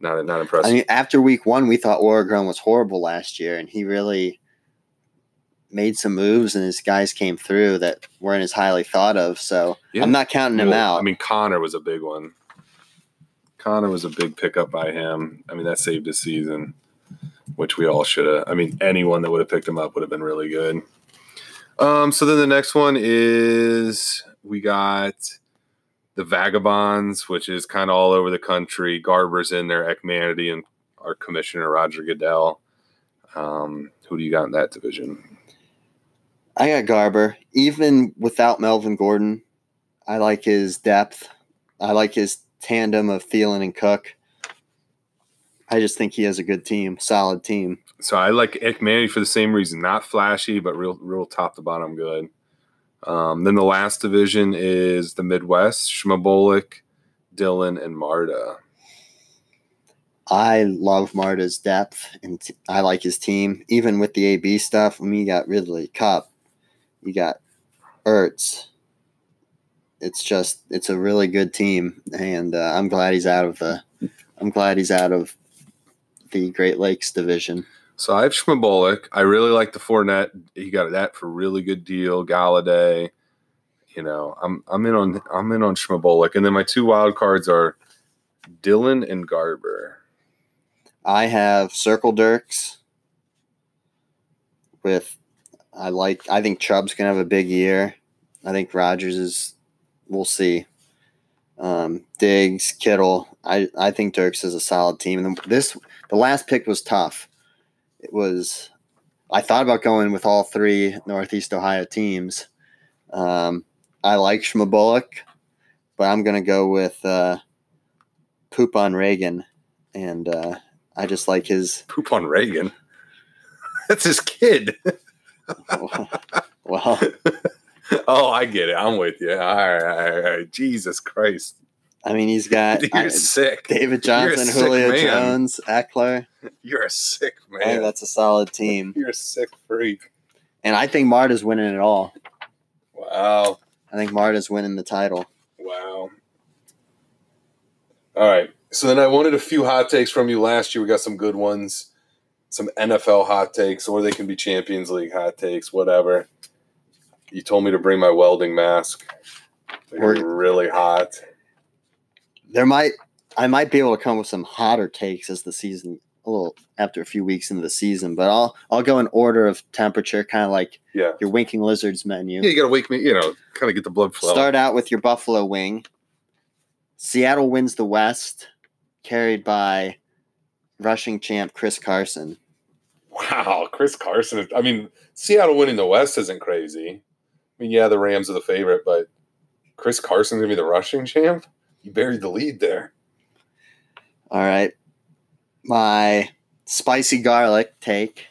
Speaker 1: not not impressive.
Speaker 3: I mean, after week one, we thought Oregon was horrible last year, and he really made some moves, and his guys came through that weren't as highly thought of. So
Speaker 1: Yeah.
Speaker 3: I'm not counting him
Speaker 1: Well,
Speaker 3: out.
Speaker 1: I mean, Connor was a big one. Connor was a big pickup by him. I mean, that saved his season, which we all should have. I mean, anyone that would have picked him up would have been really good. Um, so then the next one is we got the Vagabonds, which is kind of all over the country. Garber's in there, Ekmanity, and our commissioner, Roger Goodell. Um, who do you got in that division?
Speaker 3: I got Garber. Even without Melvin Gordon, I like his depth. I like his tandem of Thielen and Cook. I just think he has a good team, solid team.
Speaker 1: So I like Ekmanity for the same reason. Not flashy, but real, real top to bottom good. Um, then the last division is the Midwest: Schmabolik, Dylan, and Marta.
Speaker 3: I love Marta's depth, and t- I like his team. Even with the AB stuff, I mean, you got Ridley, Cup, you got Ertz. It's just, it's a really good team, and uh, I'm glad he's out of the, I'm glad he's out of the Great Lakes division.
Speaker 1: So I have Schmabolik. I really like the Fournette. He got that for a really good deal. Galladay. You know, I'm I'm in on I'm in on Schmabolik. And then my two wild cards are Dylan and Garber.
Speaker 3: I have Circle Dirks with I like I think Chubb's gonna have a big year. I think Rogers is we'll see. Um, Diggs, Kittle. I, I think Dirks is a solid team. And this the last pick was tough. It was I thought about going with all three Northeast Ohio teams. Um, I like Schmabulik, but I'm gonna go with uh, Poop on Reagan and uh, I just like his. [LAUGHS]
Speaker 1: Poop on Reagan. [LAUGHS] That's his kid.
Speaker 3: well,
Speaker 1: [LAUGHS] oh, I get it. I'm with you. All right, all right, all right. Jesus Christ,
Speaker 3: I mean, he's
Speaker 1: [LAUGHS]
Speaker 3: got
Speaker 1: you're
Speaker 3: [LAUGHS] I-
Speaker 1: sick.
Speaker 3: David
Speaker 1: you're a
Speaker 3: Johnson,
Speaker 1: sick
Speaker 3: Julio
Speaker 1: man.
Speaker 3: Jones, Eckler.
Speaker 1: You're a sick
Speaker 3: I think
Speaker 1: man.
Speaker 3: that's a solid team,
Speaker 1: You're a sick freak.
Speaker 3: and I think Marta's winning it all.
Speaker 1: Wow,
Speaker 3: I think Marta's winning the title.
Speaker 1: wow. All right. So then I wanted a few hot takes from you last year. We got some good ones, some NFL hot takes, or they can be Champions League hot takes, whatever. You told me to bring my welding mask. They're
Speaker 3: We're-
Speaker 1: really hot.
Speaker 3: There might, I might be able to come with some hotter takes as the season a little after a few weeks into the season, but I'll I'll go in order of temperature, kind of like
Speaker 1: Yeah.
Speaker 3: your winking lizards menu.
Speaker 1: Yeah, you gotta wake me. You know, kind of get the blood flowing.
Speaker 3: Start out with your Buffalo wing. Seattle wins the West, carried by rushing champ Chris Carson.
Speaker 1: Wow, Chris Carson. is- I mean, Seattle winning the West isn't crazy. I mean, yeah, the Rams are the favorite, but Chris Carson's gonna be the rushing champ. You buried the lead there.
Speaker 3: All right. My spicy garlic take.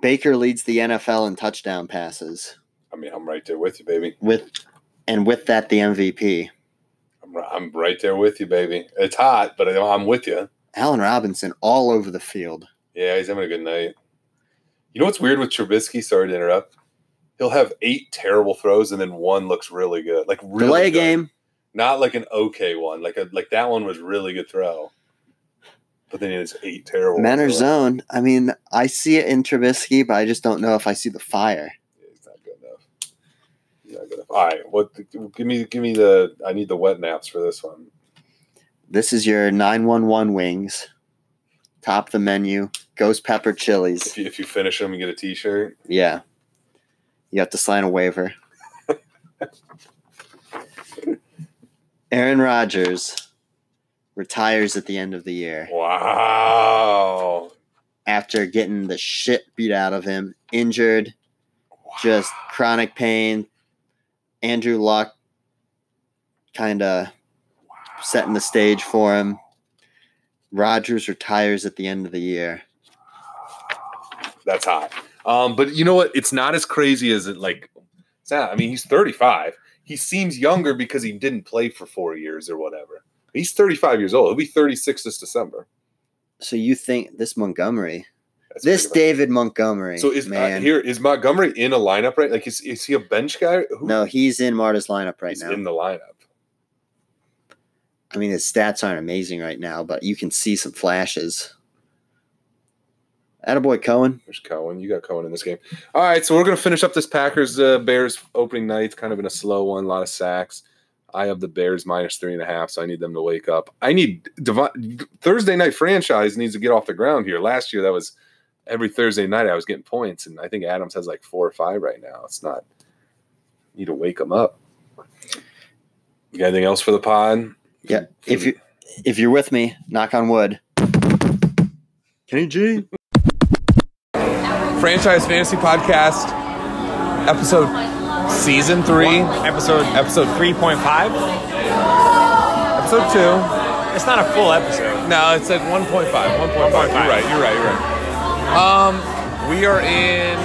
Speaker 3: Baker leads the NFL in touchdown passes.
Speaker 1: I mean, I'm right there with you, baby.
Speaker 3: With and with that the MVP.
Speaker 1: I'm, ri- I'm right there with you, baby. It's hot, but I- I'm with you.
Speaker 3: Allen Robinson all over the field.
Speaker 1: Yeah, he's having a good night. You know what's weird with Trubisky? Sorry to interrupt. He'll have eight terrible throws, and then one looks really good, like really
Speaker 3: Delay a
Speaker 1: good.
Speaker 3: game.
Speaker 1: not like an okay one, like a like that one was really good throw. But then it's eight terrible.
Speaker 3: Men are
Speaker 1: throws.
Speaker 3: zone. I mean, I see it in Trubisky, but I just don't know if I see the fire.
Speaker 1: Yeah, It's not good enough. It's not good enough. All right, what? Give me, give me the. I need the wet naps for this one.
Speaker 3: This is your 911 wings. Top the menu. Ghost pepper
Speaker 1: If
Speaker 3: chilies.
Speaker 1: you, if you finish them, you get a T-shirt.
Speaker 3: Yeah. You have to sign a waiver. Aaron Rodgers retires at the end of the year
Speaker 1: Wow.
Speaker 3: after getting the shit beat out of him, injured, just chronic pain. Andrew Luck kind of setting the stage for him. Rogers retires at the end of the year.
Speaker 1: That's hot. Um, but you know what? It's not as crazy as it like. It's not. I mean, he's 35. He seems younger because he didn't play for four years or whatever. He's 35 years old. He'll be 36 this December.
Speaker 3: So you think this Montgomery,
Speaker 1: That's
Speaker 3: this
Speaker 1: pretty
Speaker 3: David Montgomery?
Speaker 1: much- So is uh,
Speaker 3: man,
Speaker 1: here is Montgomery in a lineup right? Like is is he a bench guy? Who
Speaker 3: no, he's in Marta's lineup right
Speaker 1: he's
Speaker 3: now.
Speaker 1: in the lineup.
Speaker 3: I mean, his stats aren't amazing right now, but you can see some flashes. Attaboy Cohen.
Speaker 1: There's Cohen. You got Cohen in this game. All right, so we're gonna finish up this Packers uh, Bears opening night. It's kind of been a slow one, a lot of sacks. I have the Bears minus three and a half, so I need them to wake up. I need Devon, Thursday night franchise needs to get off the ground here. Last year that was every Thursday night I was getting points, and I think Adams has like four or five right now. It's not need to wake them up. You got anything else for the pod?
Speaker 3: Yeah, if you if you're with me, knock on wood. Kenny G.
Speaker 4: Franchise Fantasy Podcast, episode season three,
Speaker 5: episode
Speaker 4: episode
Speaker 5: 3.5.
Speaker 4: episode two.
Speaker 5: It's not a full episode.
Speaker 4: No, it's like 1.5. 1.5. You're
Speaker 5: 1.5.
Speaker 4: right. You're right. You're right. Um, we are in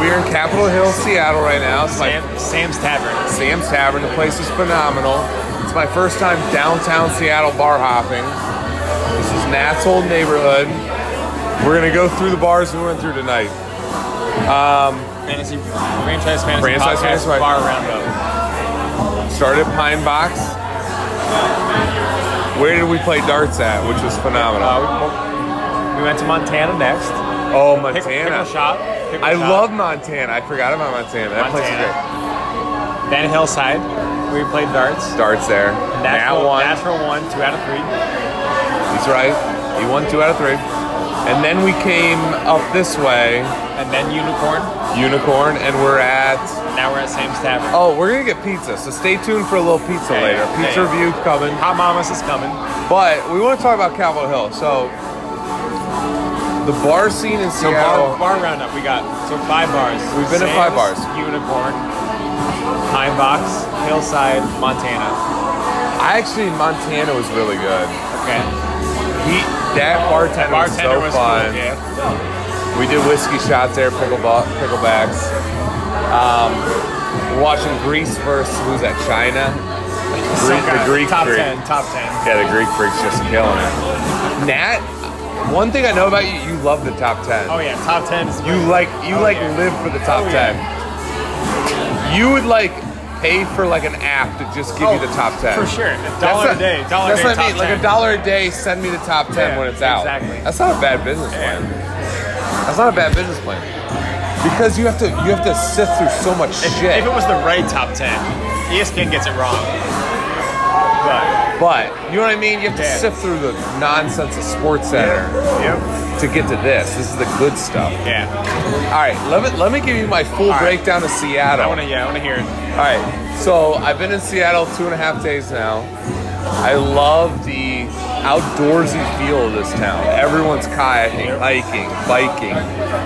Speaker 4: we're in Capitol Hill, Seattle right now. It's my
Speaker 5: Sam, Sam's Tavern.
Speaker 4: Sam's Tavern. The place is phenomenal. It's my first time downtown Seattle bar hopping. This is Nat's old neighborhood. We're gonna go through the bars we went through tonight.
Speaker 5: Fantasy franchise fantasy
Speaker 4: Franchise
Speaker 5: podcast
Speaker 4: fantasy podcast.
Speaker 5: bar roundup.
Speaker 4: Started at Pine Box. Where did we play darts at, which was phenomenal?
Speaker 5: Uh, we, we went to Montana next.
Speaker 4: Oh,
Speaker 5: Pick- Pickle
Speaker 4: Montana.
Speaker 5: shop. Pickle
Speaker 4: I
Speaker 5: shop.
Speaker 4: love Montana. I forgot about Montana. That place is great.
Speaker 5: Montana. Van Hillside. We played darts.
Speaker 4: Darts there.
Speaker 5: Natural,
Speaker 4: Nat won.
Speaker 5: natural one, two out of three.
Speaker 4: He's right. He won two out of three. And then we came up this way,
Speaker 5: And then unicorn.
Speaker 4: Unicorn, and we're at.
Speaker 5: Now we're at Sam's Tavern.
Speaker 4: Oh, we're gonna get pizza, so stay tuned for a little pizza
Speaker 5: Yeah,
Speaker 4: later.
Speaker 5: yeah,
Speaker 4: Pizza
Speaker 5: yeah.
Speaker 4: review coming.
Speaker 5: Hot Mamas is coming.
Speaker 4: But we want to talk about Capitol Hill. So the bar scene in
Speaker 5: So
Speaker 4: Seattle.
Speaker 5: bar, bar roundup, we got so five bars.
Speaker 4: We've been to five bars.
Speaker 5: Unicorn, Pine Box, Hillside, Montana.
Speaker 4: I actually Montana was really good.
Speaker 5: Okay.
Speaker 4: He, that bartender,
Speaker 5: Bartender
Speaker 4: was
Speaker 5: was
Speaker 4: so fun.
Speaker 5: cool. Yeah.
Speaker 4: We did whiskey shots there, pickleball, picklebacks. Um, we're watching Greece versus who's that? China. Greek, the Greek
Speaker 5: top
Speaker 4: freak.
Speaker 5: ten, top ten.
Speaker 4: Yeah, the Greek freak's just killing it. Nat, one thing I know about you, you love the top ten.
Speaker 5: Oh yeah, top ten. Is
Speaker 4: You like you
Speaker 5: Oh,
Speaker 4: like
Speaker 5: yeah.
Speaker 4: live for the top
Speaker 5: Oh, yeah.
Speaker 4: ten. You would like pay for like an app to just give you the top ten.
Speaker 5: Oh, for sure. A dollar
Speaker 4: That's
Speaker 5: a
Speaker 4: not-
Speaker 5: day, dollar
Speaker 4: That's
Speaker 5: a day,
Speaker 4: what I
Speaker 5: top
Speaker 4: mean. Like
Speaker 5: 10.
Speaker 4: a dollar a day, send me the top ten
Speaker 5: Yeah,
Speaker 4: when it's out.
Speaker 5: exactly.
Speaker 4: That's not a bad business plan. That's not a bad business plan. Because you have to you have to sift through so much shit.
Speaker 5: If it was the right top ten, E ESPN gets it wrong. But
Speaker 4: but you know what I mean? You have to
Speaker 5: Yeah.
Speaker 4: sift through the nonsense of Sports Center
Speaker 5: yep.
Speaker 4: to get to this. This is the good stuff.
Speaker 5: Yeah.
Speaker 4: All right, let me let me give you my full
Speaker 5: right.
Speaker 4: breakdown of Seattle.
Speaker 5: I wanna yeah, I wanna hear it.
Speaker 4: All right, so I've been in Seattle two and a half days now. I love the outdoorsy feel of this town. Everyone's kayaking, hiking, biking.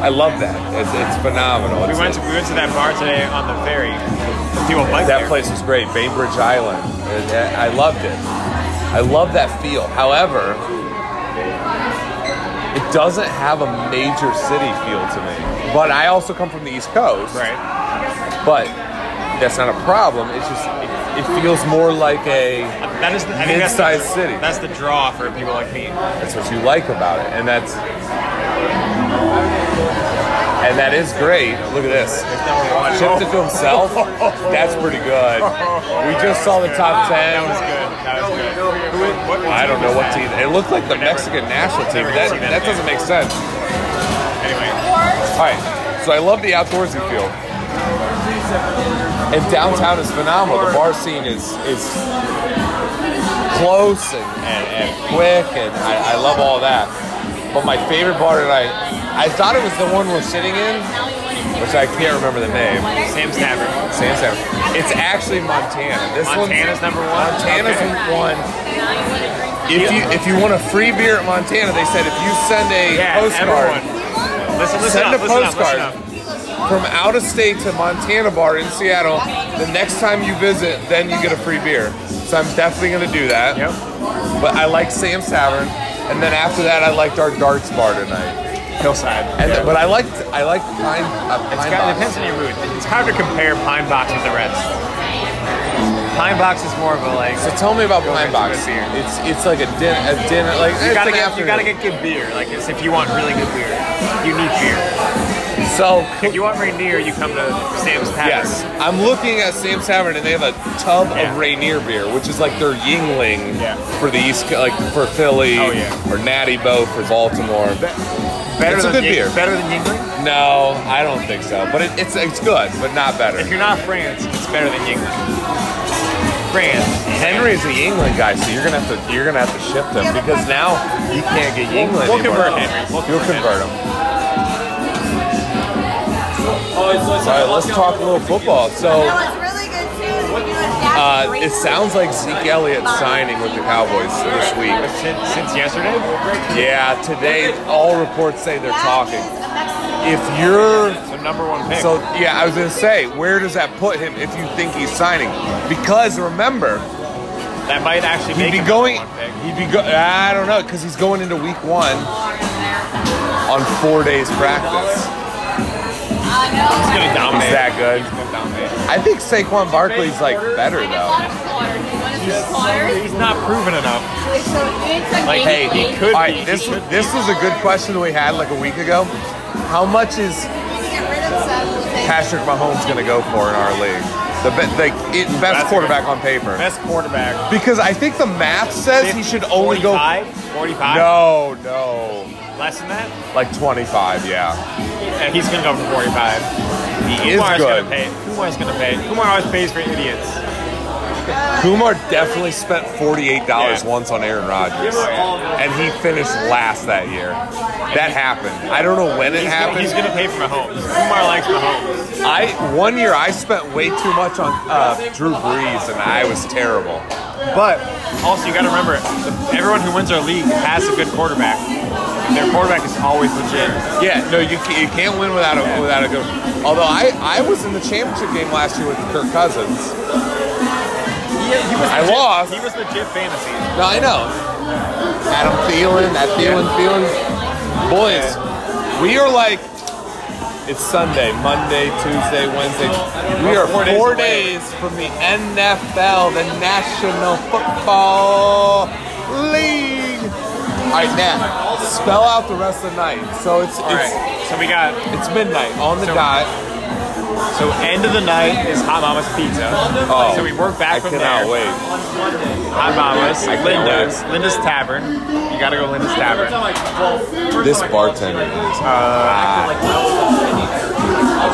Speaker 4: I love that. It's, it's phenomenal.
Speaker 5: We
Speaker 4: It's-
Speaker 5: went to we went to that bar today on the ferry. The people bike
Speaker 4: that
Speaker 5: there.
Speaker 4: place was great, Bainbridge Island. It- it- I loved it. I love that feel. However, it doesn't have a major city feel to me. But I also come from the East Coast.
Speaker 5: Right.
Speaker 4: But that's not a problem. It's just it, it feels more like a
Speaker 5: That is the I think that's the-
Speaker 4: Mid-sized city.
Speaker 5: That's the draw for people like me.
Speaker 4: That's what you like about it, and that's and that is great. Look at this. Shipped it to himself. That's pretty good. We just saw the top
Speaker 5: That
Speaker 4: ten.
Speaker 5: was good. That was good. Who- what-
Speaker 4: I don't know what team. It looked like the
Speaker 5: never-
Speaker 4: Mexican national team.
Speaker 5: never
Speaker 4: That
Speaker 5: seen that
Speaker 4: that doesn't make sense.
Speaker 5: Anyway,
Speaker 4: All right. So I love the outdoorsy feel. And downtown is phenomenal. The bar scene is is close and, and, and quick, and I, I love all that. But my favorite bar tonight, I thought it was the one we're sitting in, which I can't remember the name.
Speaker 5: Sam's Tavern.
Speaker 4: Sam Sam. It's actually Montana. This
Speaker 5: Montana's
Speaker 4: one's,
Speaker 5: number one.
Speaker 4: Montana's one. If you if you want a free beer at Montana, they said if you send a
Speaker 5: Yeah,
Speaker 4: postcard,
Speaker 5: everyone. Listen, listen
Speaker 4: Send
Speaker 5: up,
Speaker 4: a
Speaker 5: listen up,
Speaker 4: postcard.
Speaker 5: listen up.
Speaker 4: from out of state to Montana Bar in Seattle. The next time you visit, then you get a free beer. So I'm definitely gonna do that.
Speaker 5: Yep.
Speaker 4: But I like Sam's Tavern, and then after that, I liked our darts bar tonight.
Speaker 5: Hillside.
Speaker 4: And
Speaker 5: yeah.
Speaker 4: but I liked I liked Pine. Uh,
Speaker 5: It's
Speaker 4: Pine
Speaker 5: got, it
Speaker 4: Box.
Speaker 5: depends on your mood. It's hard to compare Pine Box with the rest. Pine Box is more of a like.
Speaker 4: So tell me about
Speaker 5: Go
Speaker 4: Pine
Speaker 5: get some
Speaker 4: Box.
Speaker 5: good beer.
Speaker 4: It's it's like a dinner, a dinner like it's
Speaker 5: You gotta,
Speaker 4: like
Speaker 5: get, you
Speaker 4: afternoon.
Speaker 5: gotta get good beer. Like it's, if you want really good beer, you need beer.
Speaker 4: so.
Speaker 5: If you want Rainier, you come to Sam's Tavern.
Speaker 4: Yes, I'm looking at Sam's Tavern and they have a tub
Speaker 5: Yeah.
Speaker 4: of Rainier beer, which is like their Yingling
Speaker 5: Yeah.
Speaker 4: for the East, Co- like for Philly,
Speaker 5: Oh, yeah.
Speaker 4: or Natty Bo for Baltimore.
Speaker 5: Better
Speaker 4: It's a
Speaker 5: than
Speaker 4: good
Speaker 5: Ying-
Speaker 4: beer.
Speaker 5: Better than Yingling.
Speaker 4: No, I don't think so. But it, it's it's good, but not better.
Speaker 5: If you're not France, it's better than Yingling. France.
Speaker 4: Henry's a Yingling guy, so you're gonna have to you're gonna have to ship them because now you can't get Yingling.
Speaker 5: We'll
Speaker 4: anymore.
Speaker 5: convert Henry. We'll
Speaker 4: You'll
Speaker 5: convert
Speaker 4: convert them. All right, let's talk a little football.
Speaker 6: No,
Speaker 4: So
Speaker 6: it's really good too. If you do a dash
Speaker 4: uh, it sounds like Zeke Elliott signing with the Cowboys this week.
Speaker 5: Since, since yesterday,
Speaker 4: Yeah, today all reports say they're talking.
Speaker 6: talking.
Speaker 4: If you're
Speaker 5: it's the number one pick.
Speaker 4: So yeah, I was gonna say, where does that put him if you think he's signing? Because remember,
Speaker 5: that might actually
Speaker 4: he'd
Speaker 5: make
Speaker 4: be
Speaker 5: him
Speaker 4: going.
Speaker 5: number one pick.
Speaker 4: He'd be go. I don't know because he's going into week one on four days practice.
Speaker 5: He's gonna
Speaker 4: Is
Speaker 5: dominate.
Speaker 4: that good? I think Saquon Barkley's like better though.
Speaker 5: He's not proven enough. Like
Speaker 4: Hey,
Speaker 5: he could
Speaker 4: all right,
Speaker 5: be.
Speaker 4: this
Speaker 5: He could be.
Speaker 4: this was a good question we had like a week ago. How much is Patrick Mahomes gonna go for in our league? The be, like it,
Speaker 5: That's a
Speaker 4: best
Speaker 5: good-
Speaker 4: quarterback on paper.
Speaker 5: best quarterback.
Speaker 4: Because I think the math says he should only go
Speaker 5: 45? 45?
Speaker 4: No, no.
Speaker 5: Less than that?
Speaker 4: Like 25, yeah.
Speaker 5: Yeah, he's going to go for 45.
Speaker 4: He is
Speaker 5: going
Speaker 4: good.
Speaker 5: to pay. Kumar's going to pay. Kumar always pays for idiots.
Speaker 4: Kumar definitely spent $48
Speaker 5: Yeah.
Speaker 4: once on Aaron Rodgers.
Speaker 5: Yeah.
Speaker 4: And he finished last that year. That happened. I don't know when it
Speaker 5: He's,
Speaker 4: happened.
Speaker 5: he's going to pay for Mahomes. Kumar likes Mahomes.
Speaker 4: I one year I spent way too much on uh, Drew Brees and I was terrible.
Speaker 5: But also, you got to remember, everyone who wins our league has a good quarterback. Their quarterback is always legit.
Speaker 4: Yeah, no, you, ca- you can't win without a without a good. Although I, I was in the championship game last year with Kirk Cousins.
Speaker 5: Yeah, he was
Speaker 4: I
Speaker 5: legit-
Speaker 4: lost.
Speaker 5: He was legit fantasy.
Speaker 4: No, I know. Adam Thielen, that Thielen, Thielen. Boys, we are like, it's Sunday, Monday, Tuesday, Wednesday. We are
Speaker 5: Four
Speaker 4: four,
Speaker 5: days away.
Speaker 4: days, from the NFL, the National Football League. All right, Nat, spell out the rest of the night. So it's it's,
Speaker 5: All right. So we got
Speaker 4: it's midnight on the
Speaker 5: So-
Speaker 4: dot.
Speaker 5: so end of the night is Hot Mama's Pizza.
Speaker 4: Oh,
Speaker 5: so we work back
Speaker 4: I
Speaker 5: from
Speaker 4: cannot
Speaker 5: there.
Speaker 4: wait.
Speaker 5: Hot Mama's,
Speaker 4: I can't
Speaker 5: Linda's, Linda's Tavern. You gotta go Linda's Tavern.
Speaker 4: This bartender, is
Speaker 5: Uh,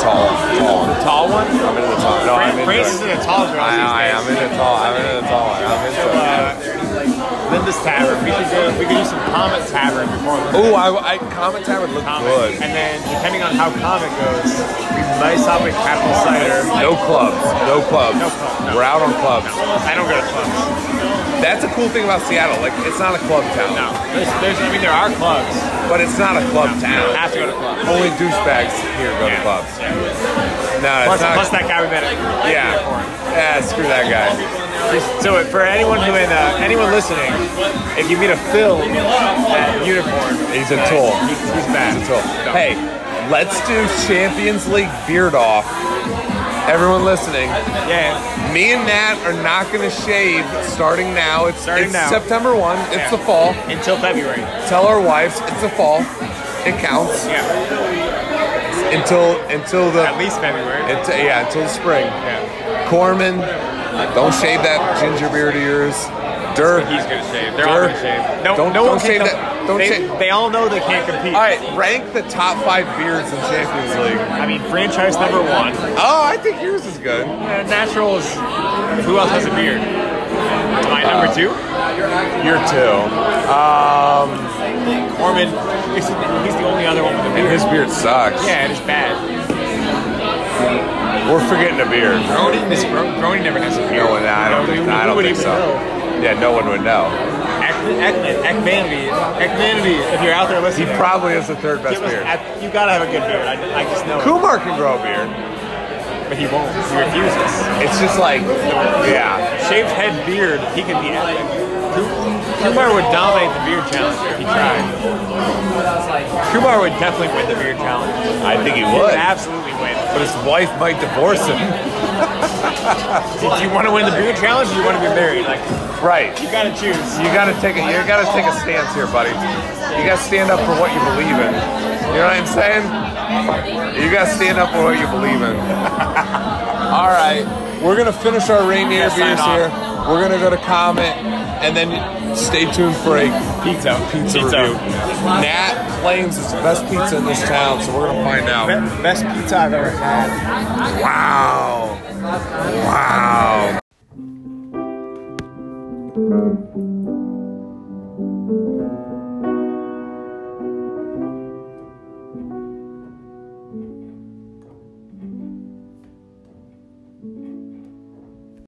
Speaker 4: tall, tall.
Speaker 5: tall one.
Speaker 4: I'm into the tall. No, I'm into
Speaker 5: Brace is
Speaker 4: it.
Speaker 5: in a tall girl these
Speaker 4: I, I,
Speaker 5: days.
Speaker 4: I'm into the tall. I'm into the tall. I'm into it.
Speaker 5: Uh, Linda's Tavern. We could go. We could do some Comet Tavern before.
Speaker 4: Oh, I, I comment time would look
Speaker 5: Comet.
Speaker 4: good.
Speaker 5: And then depending on how Comet goes, we might stop at Capital Cider.
Speaker 4: No clubs. No clubs.
Speaker 5: No clubs, no.
Speaker 4: We're out on clubs.
Speaker 5: I don't go to clubs.
Speaker 4: That's a cool thing about Seattle. Like, it's not a club town,
Speaker 5: No. There's, there's, I mean, there are clubs.
Speaker 4: but it's not a club
Speaker 5: You
Speaker 4: town.
Speaker 5: have to go to clubs.
Speaker 4: Only douchebags here go
Speaker 5: Yeah.
Speaker 4: to clubs.
Speaker 5: Yeah.
Speaker 4: No,
Speaker 5: Plus,
Speaker 4: it's not.
Speaker 5: plus that guy we met at
Speaker 4: yeah. Yeah, screw that guy.
Speaker 5: So for anyone who in uh, anyone listening, if you meet a Phil at uniform,
Speaker 4: He's a tool.
Speaker 5: he's, he's bad.
Speaker 4: He's a tool. Hey, let's do Champions League beard off. Everyone listening,
Speaker 5: yeah,
Speaker 4: me and Nat are not going to shave starting now. It's,
Speaker 5: Starting
Speaker 4: it's
Speaker 5: now.
Speaker 4: September 1. It's
Speaker 5: Yeah.
Speaker 4: the fall.
Speaker 5: until February.
Speaker 4: Tell our wives it's the fall. It counts.
Speaker 5: Yeah,
Speaker 4: until until
Speaker 5: at
Speaker 4: the
Speaker 5: least February.
Speaker 4: until, yeah until the spring.
Speaker 5: yeah,
Speaker 4: Corman, don't shave that ginger beard of yours. Dirk.
Speaker 5: he's gonna shave. They're all
Speaker 4: Dirk.
Speaker 5: gonna shave. No,
Speaker 4: Don't-
Speaker 5: no one
Speaker 4: don't
Speaker 5: can
Speaker 4: shave
Speaker 5: com-
Speaker 4: that- don't
Speaker 5: they,
Speaker 4: shave-
Speaker 5: they all know they can't compete.
Speaker 4: All right, rank the top five beards in Champions League.
Speaker 5: I mean, franchise number one.
Speaker 4: Oh, I think yours is good.
Speaker 5: Uh, naturals. Who else has a beard? My number two.
Speaker 4: You're two. Um,
Speaker 5: Orman. He's, he's the only other one with a
Speaker 4: and
Speaker 5: beard.
Speaker 4: his beard sucks.
Speaker 5: Yeah, it is bad.
Speaker 4: we're forgetting a beard.
Speaker 5: Gronin, is, Gro- Gronin never has a beard.
Speaker 4: No one, I don't
Speaker 5: Who-
Speaker 4: think,
Speaker 5: who
Speaker 4: I don't
Speaker 5: would
Speaker 4: think
Speaker 5: even
Speaker 4: so.
Speaker 5: know?
Speaker 4: Yeah, no one would know.
Speaker 5: Eck- Ekman, Ekmanity, Ekmanity. If you're out there
Speaker 4: He
Speaker 5: listening,
Speaker 4: probably is the third best
Speaker 5: give us-
Speaker 4: beard.
Speaker 5: I- you gotta have a good beard. I, I just know. it.
Speaker 4: Kumar can grow a beard.
Speaker 5: But he won't. He refuses.
Speaker 4: It's just like, yeah.
Speaker 5: Shaved head beard, he could be epic. Ku- Kumar would dominate the beard challenge if he tried. Kumar would definitely win the beard challenge.
Speaker 4: I think he
Speaker 5: He would
Speaker 4: would.
Speaker 5: absolutely win.
Speaker 4: But his wife might divorce him.
Speaker 5: Do you want to win the beard challenge or you want to be married? Like,
Speaker 4: Right.
Speaker 5: you gotta choose.
Speaker 4: You gotta take a you gotta take a stance here, buddy. You gotta stand up for what you believe in. You know what I'm saying? You gotta stand up for what you believe [LAUGHS] in. All right, we're gonna finish our reindeer
Speaker 5: Gotta sign
Speaker 4: beers here. We're gonna go to comment, and then stay tuned for a
Speaker 5: Pizza.
Speaker 4: pizza review. Nat claims it's the best pizza in this town, so we're gonna find out.
Speaker 5: Best pizza I've ever had.
Speaker 4: Wow! Wow!